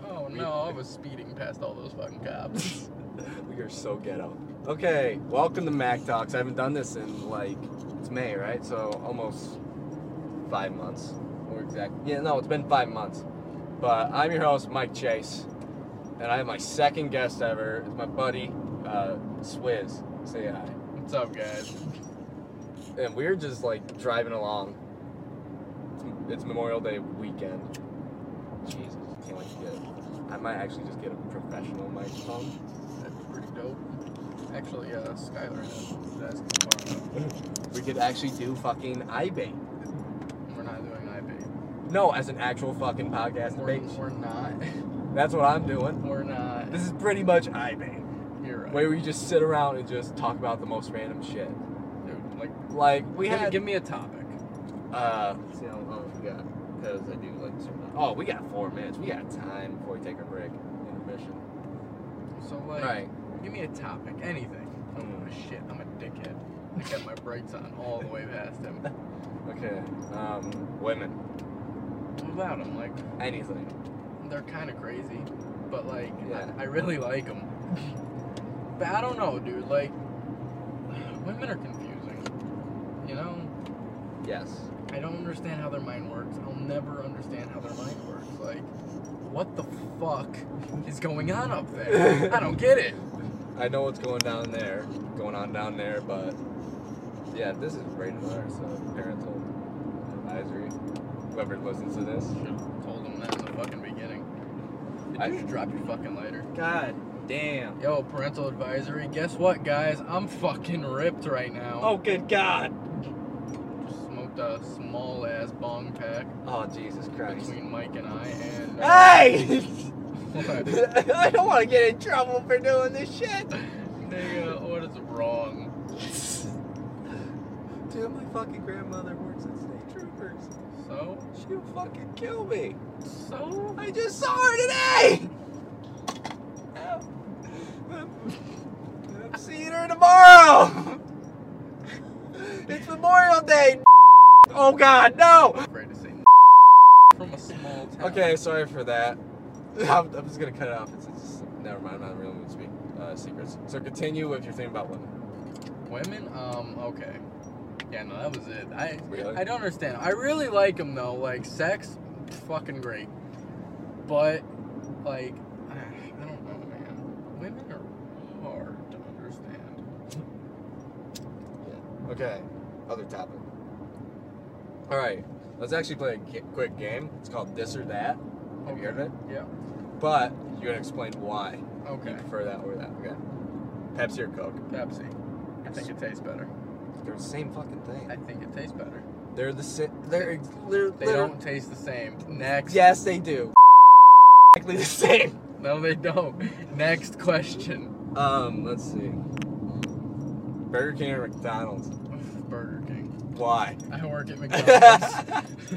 one Oh, was speeding past all those fucking cops. We are so ghetto. Okay, welcome to Mac Talks. I haven't done this in like it's May, right? So almost five months, or exact. Yeah, no, it's been five months. But I'm your host, Mike Chase, and I have my second guest ever. It's my buddy, uh, Swizz. Say hi. What's up, guys? And we are just like driving along. It's- It's Memorial Day weekend. Jesus, can't wait to get. I might actually just get a professional microphone. That'd be pretty dope. Actually, uh, Skylar has his ass tomorrow. We could actually do fucking iBait. We're not doing IB. No, as an actual fucking podcast We're, debate. we're not. That's what I'm doing. We're not. This is pretty much iBait, You're right. where we just sit around and just talk about the most random shit. Dude, like, Like we we had, give me a topic. uh, See how long we got because I do like certain. oh, we got four minutes. We got time before we take our break, intermission. So, All like, right. Hmm. give me a topic, anything. I don't give a shit. I'm a dickhead. I got my brakes on all the way past him. Okay. Um, women. What about him? Like, Anything. they're kind of crazy, but like Yeah. I, I really like them. but I don't know, dude. Like women are confusing. You know, Yes. I don't understand how their mind works. I'll never understand how their mind works. Like, what the fuck is going on up there? I don't get it. I know what's going down there, going on down there, but yeah, this is rated R, so parental advisory. Whoever listens to this, Should have told them that in the fucking beginning. I- I just drop your fucking lighter. God damn. Yo, parental advisory. Guess what, guys? I'm fucking ripped right now. Oh, good God! Just smoked a small ass bong pack. Oh Jesus Christ! between Mike and I and uh, Hey! what? I don't want to get in trouble for doing this shit. Nigga, what is uh, wrong? Dude, my fucking grandmother works at state troopers. So She'll fucking kill me. so I just saw her today. Ow. I'm seeing her tomorrow. It's Memorial Day. Oh God, no. afraid to say from a small town. Okay, sorry for that. I'm, I'm just gonna cut it off. It's, it's never mind. I'm not really going to speak uh, secrets. So continue with your thing about women. Women, um, okay. Yeah, no, that was it. I Really? I don't understand. I really like them though. Like sex, fucking great. But like, I I don't know, man. Women are hard to understand. Okay, other topic. All right, let's actually play a g- quick game. It's called This or That. Have you heard of it? Yeah. But you're gonna explain why Okay. you prefer that over that. Okay. Pepsi or Coke? Pepsi. I think it tastes better. They're the same fucking thing. I think it tastes better. They're the same. They're ex- they're, They they're- don't taste the same. Next. Yes, they do. Exactly the same. No, they don't. Next question. Um, let's see. Burger King or McDonald's? Burger King. Why? I work at oh, McDonald's.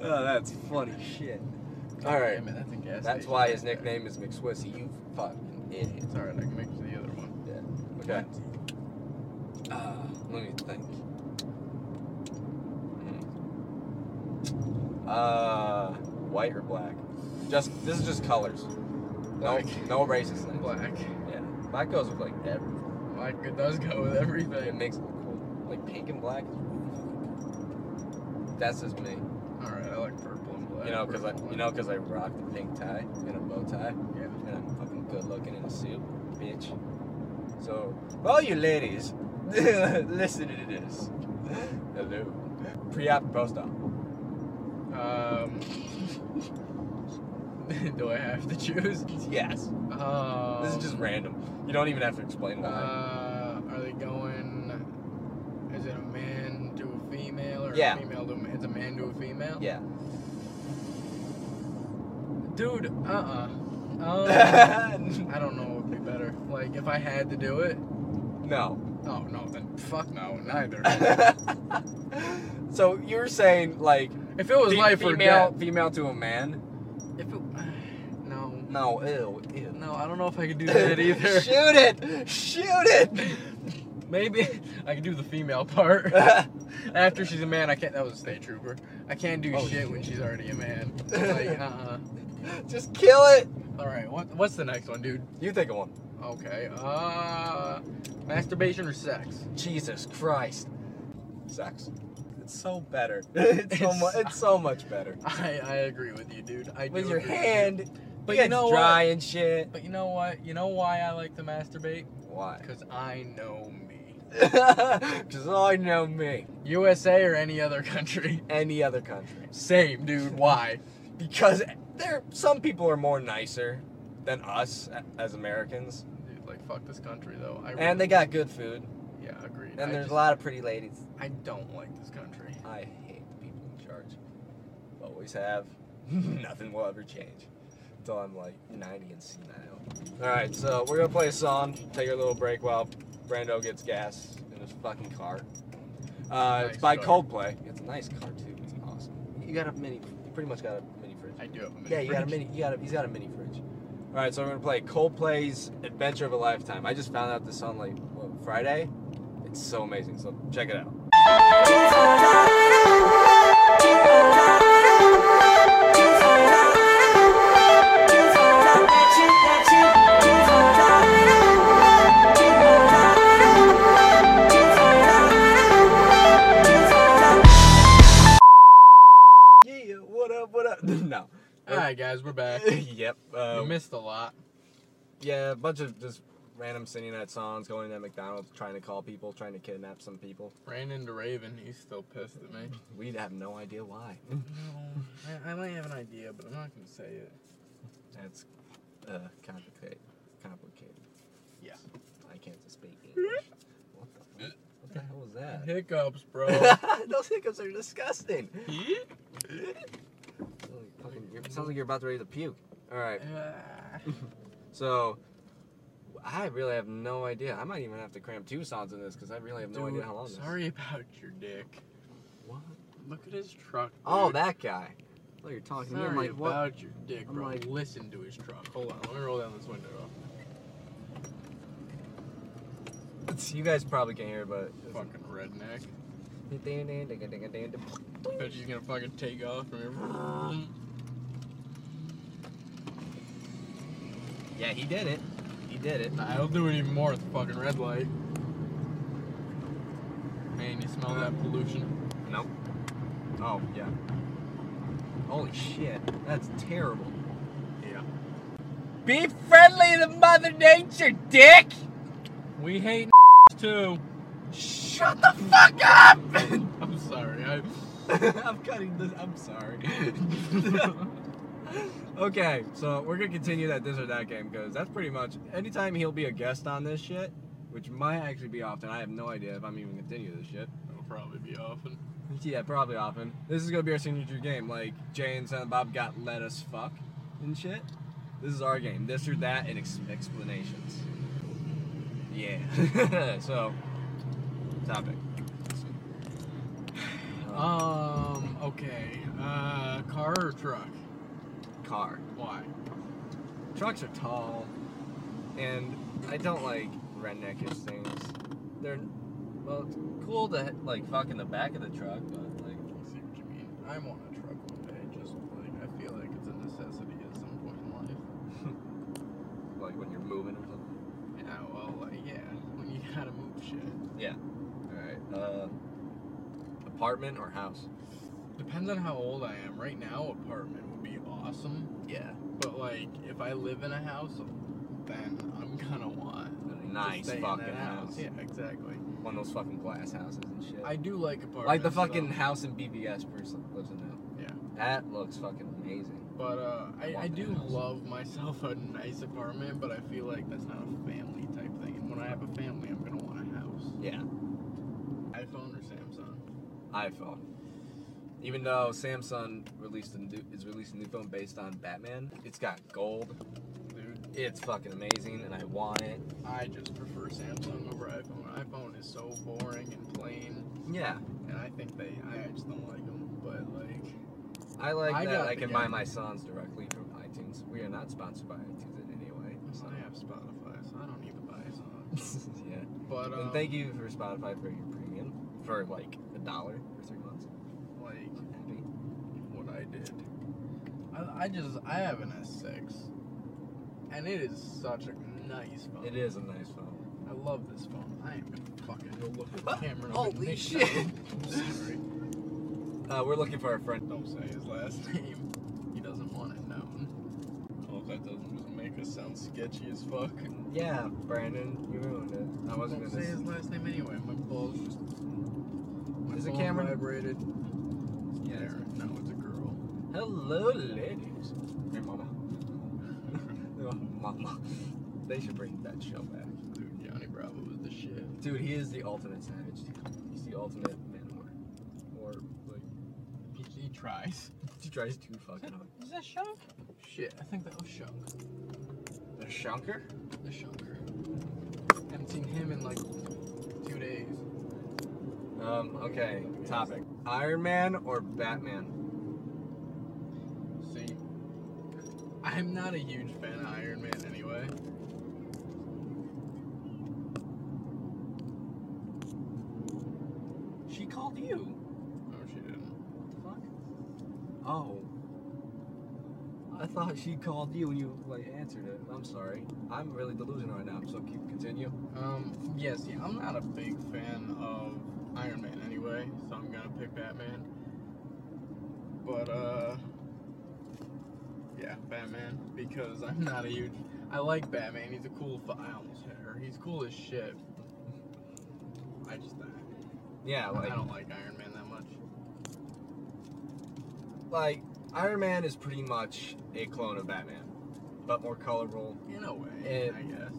that's funny shit. All right. Damn it, that's a gas That's station why right his there. nickname is McSwissy. You fucking idiot. It's alright, I can make the other one. Okay. Uh, let me think. Uh, white or black? Just this is just colors. Black. No, no racist things. Black. Yeah, black goes with like everything. Black it does go with It everything. makes it look cool. Like pink and black. is really fucking cool. That's just me. Alright, I like purple and black. You know, cause I Purple you and- know, cause I rock the pink tie and a bow tie. Yeah. and I'm fucking good looking in a suit, bitch. So, all you ladies, listen to this. Hello. Pre-op and post-op. Um Do I have to choose? Yes. Um, this is just random. You don't even have to explain uh why. are they going is it a man to a female or Yeah. a female to a man? It's a man to a female? yeah. Dude, uh uh I don't know what would be better. Like, if I had to do it, no. oh no, then fuck no, neither. so you were saying like If it was fe- life female or death, female to a man? if it, no, No. Ew. Ew. no, I don't know if I could do that either. Shoot it! Shoot it! Maybe I could do the female part. After she's a man, I can't. That was a state trooper. I can't do Oh, shit when she's already a man. Like, uh, uh Just kill it. All right. What What's the next one, dude? You think of one. Okay. Uh, masturbation or sex? Jesus Christ. Sex. It's so better. it's, so It's- mu- it's so much better. I I agree with you, dude. I With do your agree with hand, But but you you know what? dry and shit. But you know what? You know why I like to masturbate? Why? Because I know me. Because I know me. USA or any other country? Any other country. Same, dude. Why? Because there, some people are more nicer than us a- as Americans, Dude, like fuck this country though. I and they got good food, yeah, agreed. and I there's a just- lot of pretty ladies. I don't like this country. I hate the people in charge. Always have. Nothing will ever change. Until I'm like 90 and senile. Alright, so we're gonna play a song, take a little break while Brando gets gas in his fucking car. Uh, Nice it's by car. Coldplay. It's a nice car too. It's awesome. You got a mini. You pretty much got a mini fridge. I do have a mini yeah, you got a fridge. mini. You got a, he's got a mini fridge. All right, so we're gonna play Coldplay's "Adventure of a Lifetime." I just found out this on like what, Friday. It's so amazing. So check it out. Yeah, what up? What up? no. All right, guys, we're back. yep. Uh, you missed a lot. yeah, a bunch of just random singing at songs, going to McDonald's, trying to call people, trying to kidnap some people. Ran into Raven. He's still pissed at me. We'd have no idea why. No, I, I might have an idea, but I'm not gonna say it. That's uh, complicated. Complicated. Yeah. I can't speak English. What the, fuck? what the hell was that? Hiccups, bro. Those hiccups are disgusting. Ah. Sounds like, fucking- you're- sounds like you're about to ready to puke. All right, so I really have no idea. I might even have to cram two songs in this because I really have no idea Dude, how long. this- sorry about your dick. What? Look at his truck. Oh, dude. that guy. Oh, you're talking to me. Sorry I'm like, about what? your dick, I'm bro. like- Listen to his truck. Hold on, let me roll down this window. It's- you guys probably can't hear, it, but Fucking redneck. Bet she's gonna fucking take off from here. yeah, he did it. He did it. Nah, I'll do it even more at the fucking red light. Man, you smell that pollution? Nope. Oh yeah. Holy shit, that's terrible. Yeah. Be friendly to Mother Nature, dick. We hate too. Shut the fuck up. I'm sorry. I. I'm cutting this. I'm sorry. okay, so we're gonna continue that this or that game because that's pretty much anytime he'll be a guest on this shit, which might actually be often. I have no idea if I'm even continue this shit. It'll probably be often. Yeah, probably often. This is gonna be our signature game. Like Jay and Silent Bob got let us fuck and shit. This is our game. This or that and ex- explanations. Yeah. so, topic. Uh, Um. Okay. Uh, car or truck? car. Why? Trucks are tall, and I don't like redneckish things. They're well, it's cool to like fuck in the back of the truck, but like I see what you mean. I want a truck one day. Just like I feel like it's a necessity at some point in life. like when you're moving or something. Yeah. Well. Like, yeah. When you gotta move shit. All right. Uh, apartment or house? Depends on how old I am. Right now, apartment would be awesome. Yeah. But like, if I live in a house, then I'm gonna want A to nice stay in fucking that house. Yeah, exactly. One of those fucking glass houses and shit. I do like apartments. like the fucking though, house in BBS person lives in now. Yeah. That looks fucking amazing. but uh, I, I want do that house. love myself a nice apartment, but I feel like that's not a family type thing. And when I have a family, I'm gonna want a house. Yeah. iPhone or Samsung? iPhone. Even though Samsung released a new, is releasing a new phone based on Batman, it's got gold. Dude, It's fucking amazing, and I want it. I just prefer Samsung over iPhone. iPhone is so boring and plain, Yeah. and I think they, I just don't like them. But like, I like I that got I the can buy game. my songs directly from iTunes. We are not sponsored by iTunes in any way. So. I have Spotify, so I don't need to buy a song. yeah. But um, and thank you for Spotify for your premium for like a dollar for three months. like. I'm happy. what I did. I, I just I have an S6, and it is such a nice phone. It is a nice phone. I love this phone. I am gonna fucking go look at the Ah, camera. holy shit. I'm sorry. Uh, we're looking for our friend. Don't say his last name. He doesn't want it known. Oh, that doesn't just make us sound sketchy as fuck. Yeah, Brandon, you ruined it. I wasn't Don't say gonna. his last name anyway. My balls just. My Is it phone Cameron? Vibrated. Yeah, it's- There. No, it's a girl. Hello, ladies. Hey, mama. Oh, mama. They should bring that show back. Dude, Johnny Bravo was the shit. Dude, he is the ultimate savage. Dude. He's the ultimate man or, or like He, he tries. he tries too fucking hard. Is that Shunk? Shit, I think that was Shunk. The shunker? The Shunker. haven't seen him in like two days. Um. Okay. Topic: Iron Man or Batman? See, I'm not a huge fan of Iron Man anyway. She called you. No, she didn't. What the fuck? Oh. I thought she called you and you like answered it. I'm sorry. I'm really delusional right now. So keep continue. Um, yes, yeah, I'm not a big fan of Iron Man anyway, so I'm gonna pick Batman. But, uh, yeah, Batman, because I'm not a huge. I like Batman, he's a cool. Fu- I almost hit her. He's cool as shit. I just. Yeah. I, Like. I don't like Iron Man that much. like Iron Man is pretty much a clone of Batman, but more colorful. In a way, It- I guess.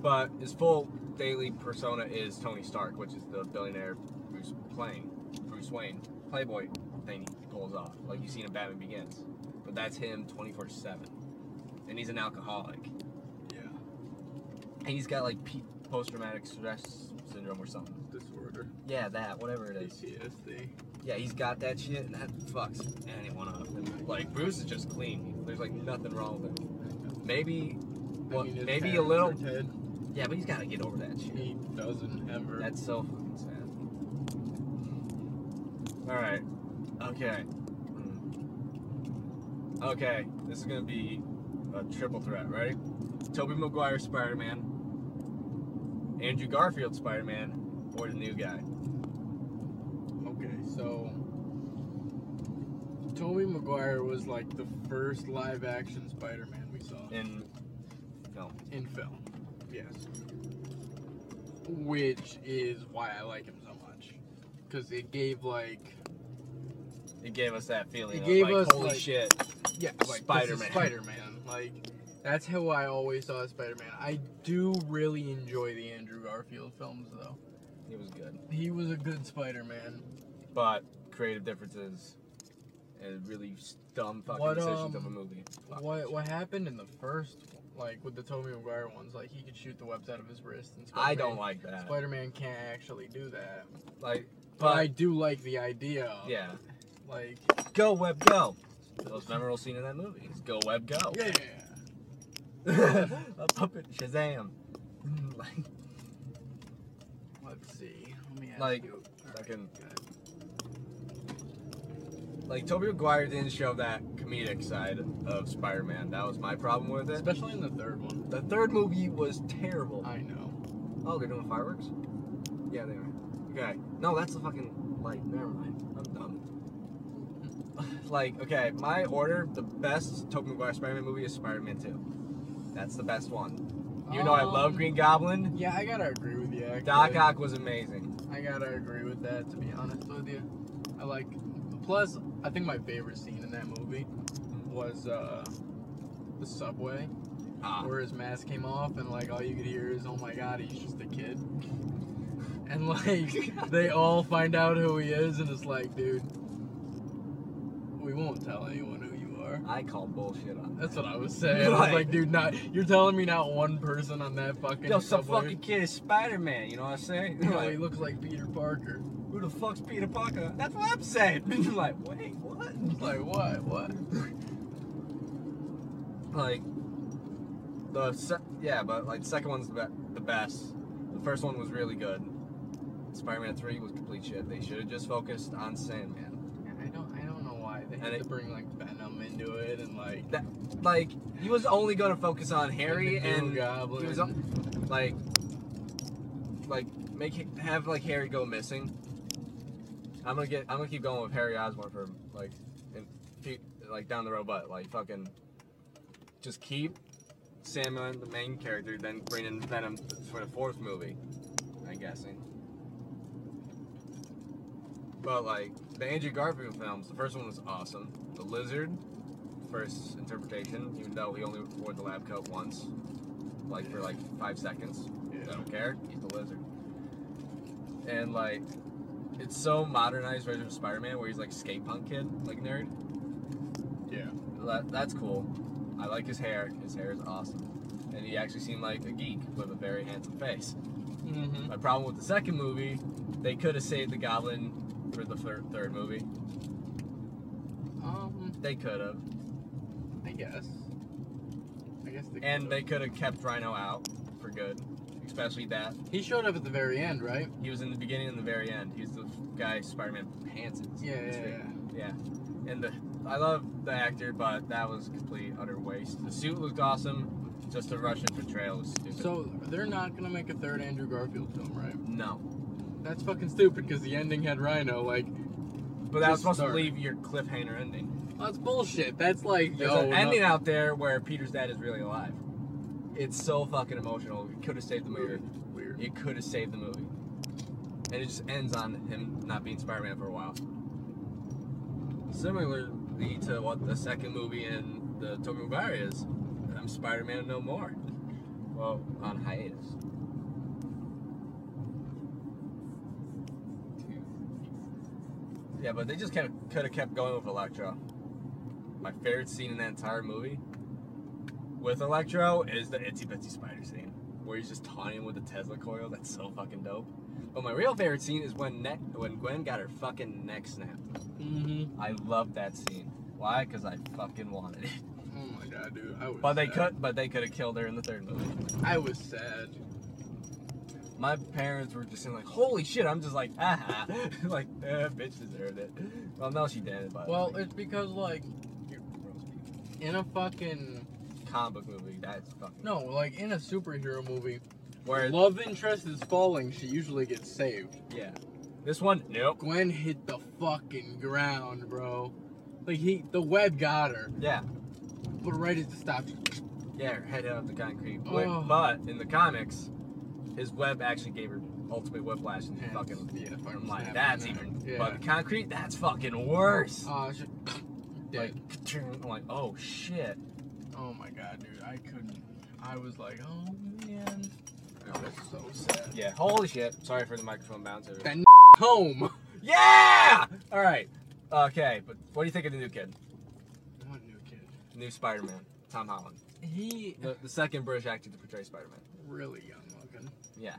But his full daily persona is Tony Stark, which is the billionaire Bruce playing Bruce Wayne, Playboy thing he pulls off, like you see in Batman Begins. But that's him 24/7, and he's an alcoholic, Yeah, and he's got like P- post-traumatic stress syndrome or something. disorder. Yeah, that whatever it is. PTSD. Yeah, he's got that shit, and that fucks anyone up. Like Bruce is just clean. There's like nothing wrong with him. Maybe, well, mean, his maybe a parents little. are dead. Yeah, but he's got to get over that shit. He doesn't ever. That's so fucking sad. All right. Okay. Mm. Okay. This is gonna be a triple threat, right? Toby Maguire Spider-Man, Andrew Garfield Spider-Man, or the new guy. Okay, so Tobey Maguire was like the first live action Spider Man we saw In film. in film. Yes. Which is why I like him so much. Because it gave like It gave us that feeling. It of, gave like, us, holy like- shit. Yeah, like Spider-Man. Spider Man. Like that's how I always saw Spider Man. I do really enjoy the Andrew Garfield films though. It was good. He was a good Spider Man. But creative differences and really s- dumb fucking What, decisions of um, a movie. Fuck. What what happened in the first like with the Tobey Maguire ones, like he could shoot the webs out of his wrist and Spider-Man, I don't like that. Spider-Man can't actually do that. Like, But I do like the idea. of, yeah, Like go web go. The most memorable scene in that movie is go web go. yeah. a puppet Shazam. like, Let's see. Let me ask Like, you. All fucking- good. like Tobey Maguire didn't show that comedic side of Spider-Man. That was my problem with it. Especially in the third one. The third movie was terrible. I know. Oh, they're doing fireworks? Yeah, they are. Okay. No, that's the fucking light. Never mind. I'm dumb. like, okay, my order, the best Tobey Maguire Spider-Man movie is Spider-Man 2. That's the best one. You know I love Um, Green Goblin. Yeah, I gotta agree with you. Actually. Doc Ock was amazing. I gotta agree with that. To be honest with you, I like. Plus, I think my favorite scene in that movie was uh, the subway. Ah, where his mask came off and like all you could hear is oh my god he's just a kid and like they all find out who he is and it's like dude we won't tell anyone who you are I call bullshit on that. that's what i was saying i was Right. like dude not you're telling me not one person on that fucking Yo, some subway- fucking kid is Spider-Man, you know what I'm saying? you know, Like, he looks like peter parker who the fuck's Peter Parker? That's what I'm saying. like, wait, what? It's like what what like the se- yeah, but like second one's the, be- the best. The first one was really good. Spider-Man Three was complete shit. They should have just focused on Sandman. i don't i don't know why they And had it- to bring like venom into into it and like Like he was only gonna focus on Harry the and Goblin. he was on, like, like make it- have like Harry go missing. I'm gonna get. I'm gonna keep going with Harry Osborn for like, in, fe- like down the road, but like fucking, just keep Samuel the main character, then bring in Venom for the fourth movie. I'm guessing. But like the Andrew Garfield films, the first one was awesome. The Lizard, first interpretation, even though he only wore the lab coat once, like for like five seconds. I yeah. don't care. He's the lizard. And like, it's so modernized version of Spider-Man where he's like skate punk kid, like nerd. yeah. That, that's cool. I like his hair. His hair is awesome. And he actually seemed like a geek with a very handsome face. Mm-hmm. My problem with the second movie, they could have saved the Goblin for the thir- third movie. Um, They could have. I guess. I guess they And they could could've- have kept Rhino out for good. Especially that. He showed up at the very end, right? He was in the beginning and the very end. He's the guy Spider-Man pants it. Yeah, yeah, yeah. Yeah, and the I love the actor, but that was complete utter waste. The suit looked awesome, just the Russian portrayal was stupid. So they're not gonna make a third Andrew Garfield film, right? no, That's fucking stupid because the ending had Rhino. Like but that was Just supposed start. to leave your cliffhanger ending. that's bullshit. That's like There's yo, an no- ending out there where Peter's dad is really alive. It's so fucking emotional. It could have saved the movie. Weird. Weird. It could have saved the movie, and it just ends on him not being Spider-Man for a while. Similarly to what the second movie in the Tobey Maguire is, I'm Spider-Man no more. Well, on hiatus. Yeah, but they just kind of could have kept going with Electro. My favorite scene in that entire movie with Electro is the itsy bitsy spider scene, where he's just taunting with the Tesla coil. That's so fucking dope. But my real favorite scene is when ne- when Gwen got her fucking neck snapped. Mm-hmm. I love that scene. Why? Because I fucking wanted it. Oh my god, dude. I was. But they sad. could, but they could have killed her in the third movie. I was sad. My parents were just in like, holy shit. I'm just like, ah, like, eh, bitch deserved it. Well, no, she didn't. But Well, like, it's because like in a fucking comic book movie, that's fucking no, like in a superhero movie, Where love interest is falling, she usually gets saved. yeah, this one, nope. Gwen hit the fucking ground, bro. Like he, the web got her, Yeah, but right at the stop, yeah, her head hit on the concrete. But- Oh. But in the comics, his web actually gave her ultimate whiplash and she Yeah, fucking. yeah, fucking I'm like, snapped that's in even. there. But the concrete, that's fucking worse. uh, she, like, dead. I'm like, oh shit. Oh my god, dude, I couldn't. I was like, oh man, Oh, I was so sad. Yeah, holy shit. Sorry for the microphone bouncer. That- Home. Yeah! Alright. Okay, but what do you think of the new kid? What new kid? New Spider Man, Tom Holland. He The, the second British actor to portray Spider Man. really young looking. Yeah.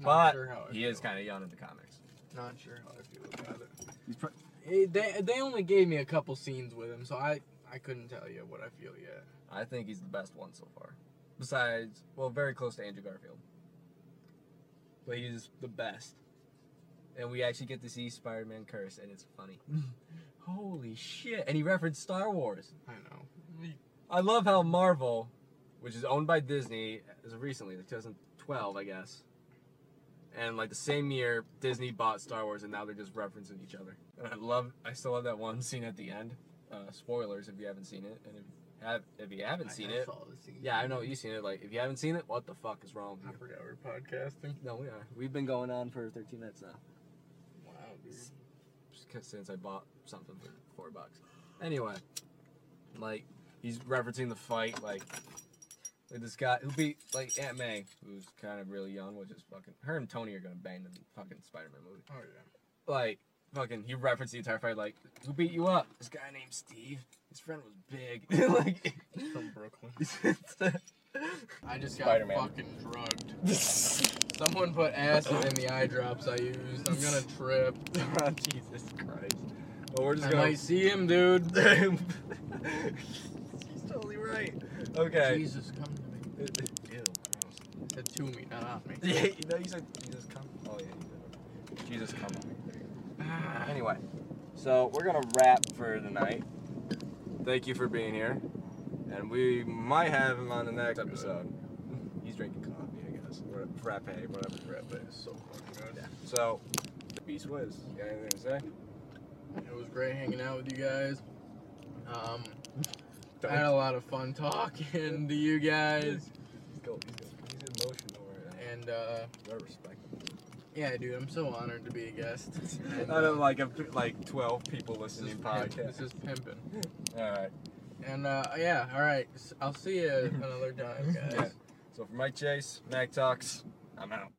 Not But sure how I He is feel. kind of young in the comics. Not sure how I feel about it. He's pro- Eh, They, they only gave me a couple scenes with him, so I, I couldn't tell you what I feel yet. I think he's the best one so far. Besides, well, very close to Andrew Garfield. But he's the best. And we actually get to see Spider Man curse, and it's funny. Holy shit. And he referenced Star Wars. I know. I love how Marvel, which is owned by Disney as of recently, like 2012, I guess. And like the same year, Disney bought Star Wars, and now they're just referencing each other. And I love, I still love that one scene at the end. Uh, spoilers if you haven't seen it, and if you have if you haven't seen it, saw the scene. yeah, I know you've seen it. Like, if you haven't seen it, what the fuck is wrong? I With you? forgot we're podcasting. No, we are. We've been going on for 13 minutes now. Wow, dude. Just 'cause- Since I bought something for four bucks. Anyway, like, he's referencing the fight, like, with this guy who beat, like, Aunt May, who's kind of really young, which is fucking. Her and Tony are gonna bang in the fucking Spider Man movie. Oh yeah. Like, fucking, he referenced the entire fight, like, who beat you up? This guy named Steve. His friend was big. like, From Brooklyn. I just got Spider-Man. fucking drugged. Someone put acid in the eye drops I used. I'm gonna trip. Oh, Jesus Christ. Well, we're just I gonna. might see him, dude. She's totally right. Okay. Jesus, come to me. Ew. He said to me, not on me. Yeah, you know, you said Jesus come. Oh yeah. you did. Jesus come. on me. Anyway, so we're gonna wrap for the night. Thank you for being here. And we might have him on the next episode. He's drinking coffee, I guess. Or frappe, whatever frappe is. So fucking good. So, Beast Wiz, you got anything to say? It was great hanging out with you guys. Um, I had a Don't. lot of fun talking to you guys, He's, go, he's, go, he's emotional right now. and uh, I respect yeah, dude, I'm so honored to be a guest. uh, him. Out of like, a, like 12 people This is listening pimp- podcast. This is pimping. Alright. And uh, yeah, all right, s- I'll see you another time, guys. Yeah. So, for Mike Chase, Mac Talks, I'm out.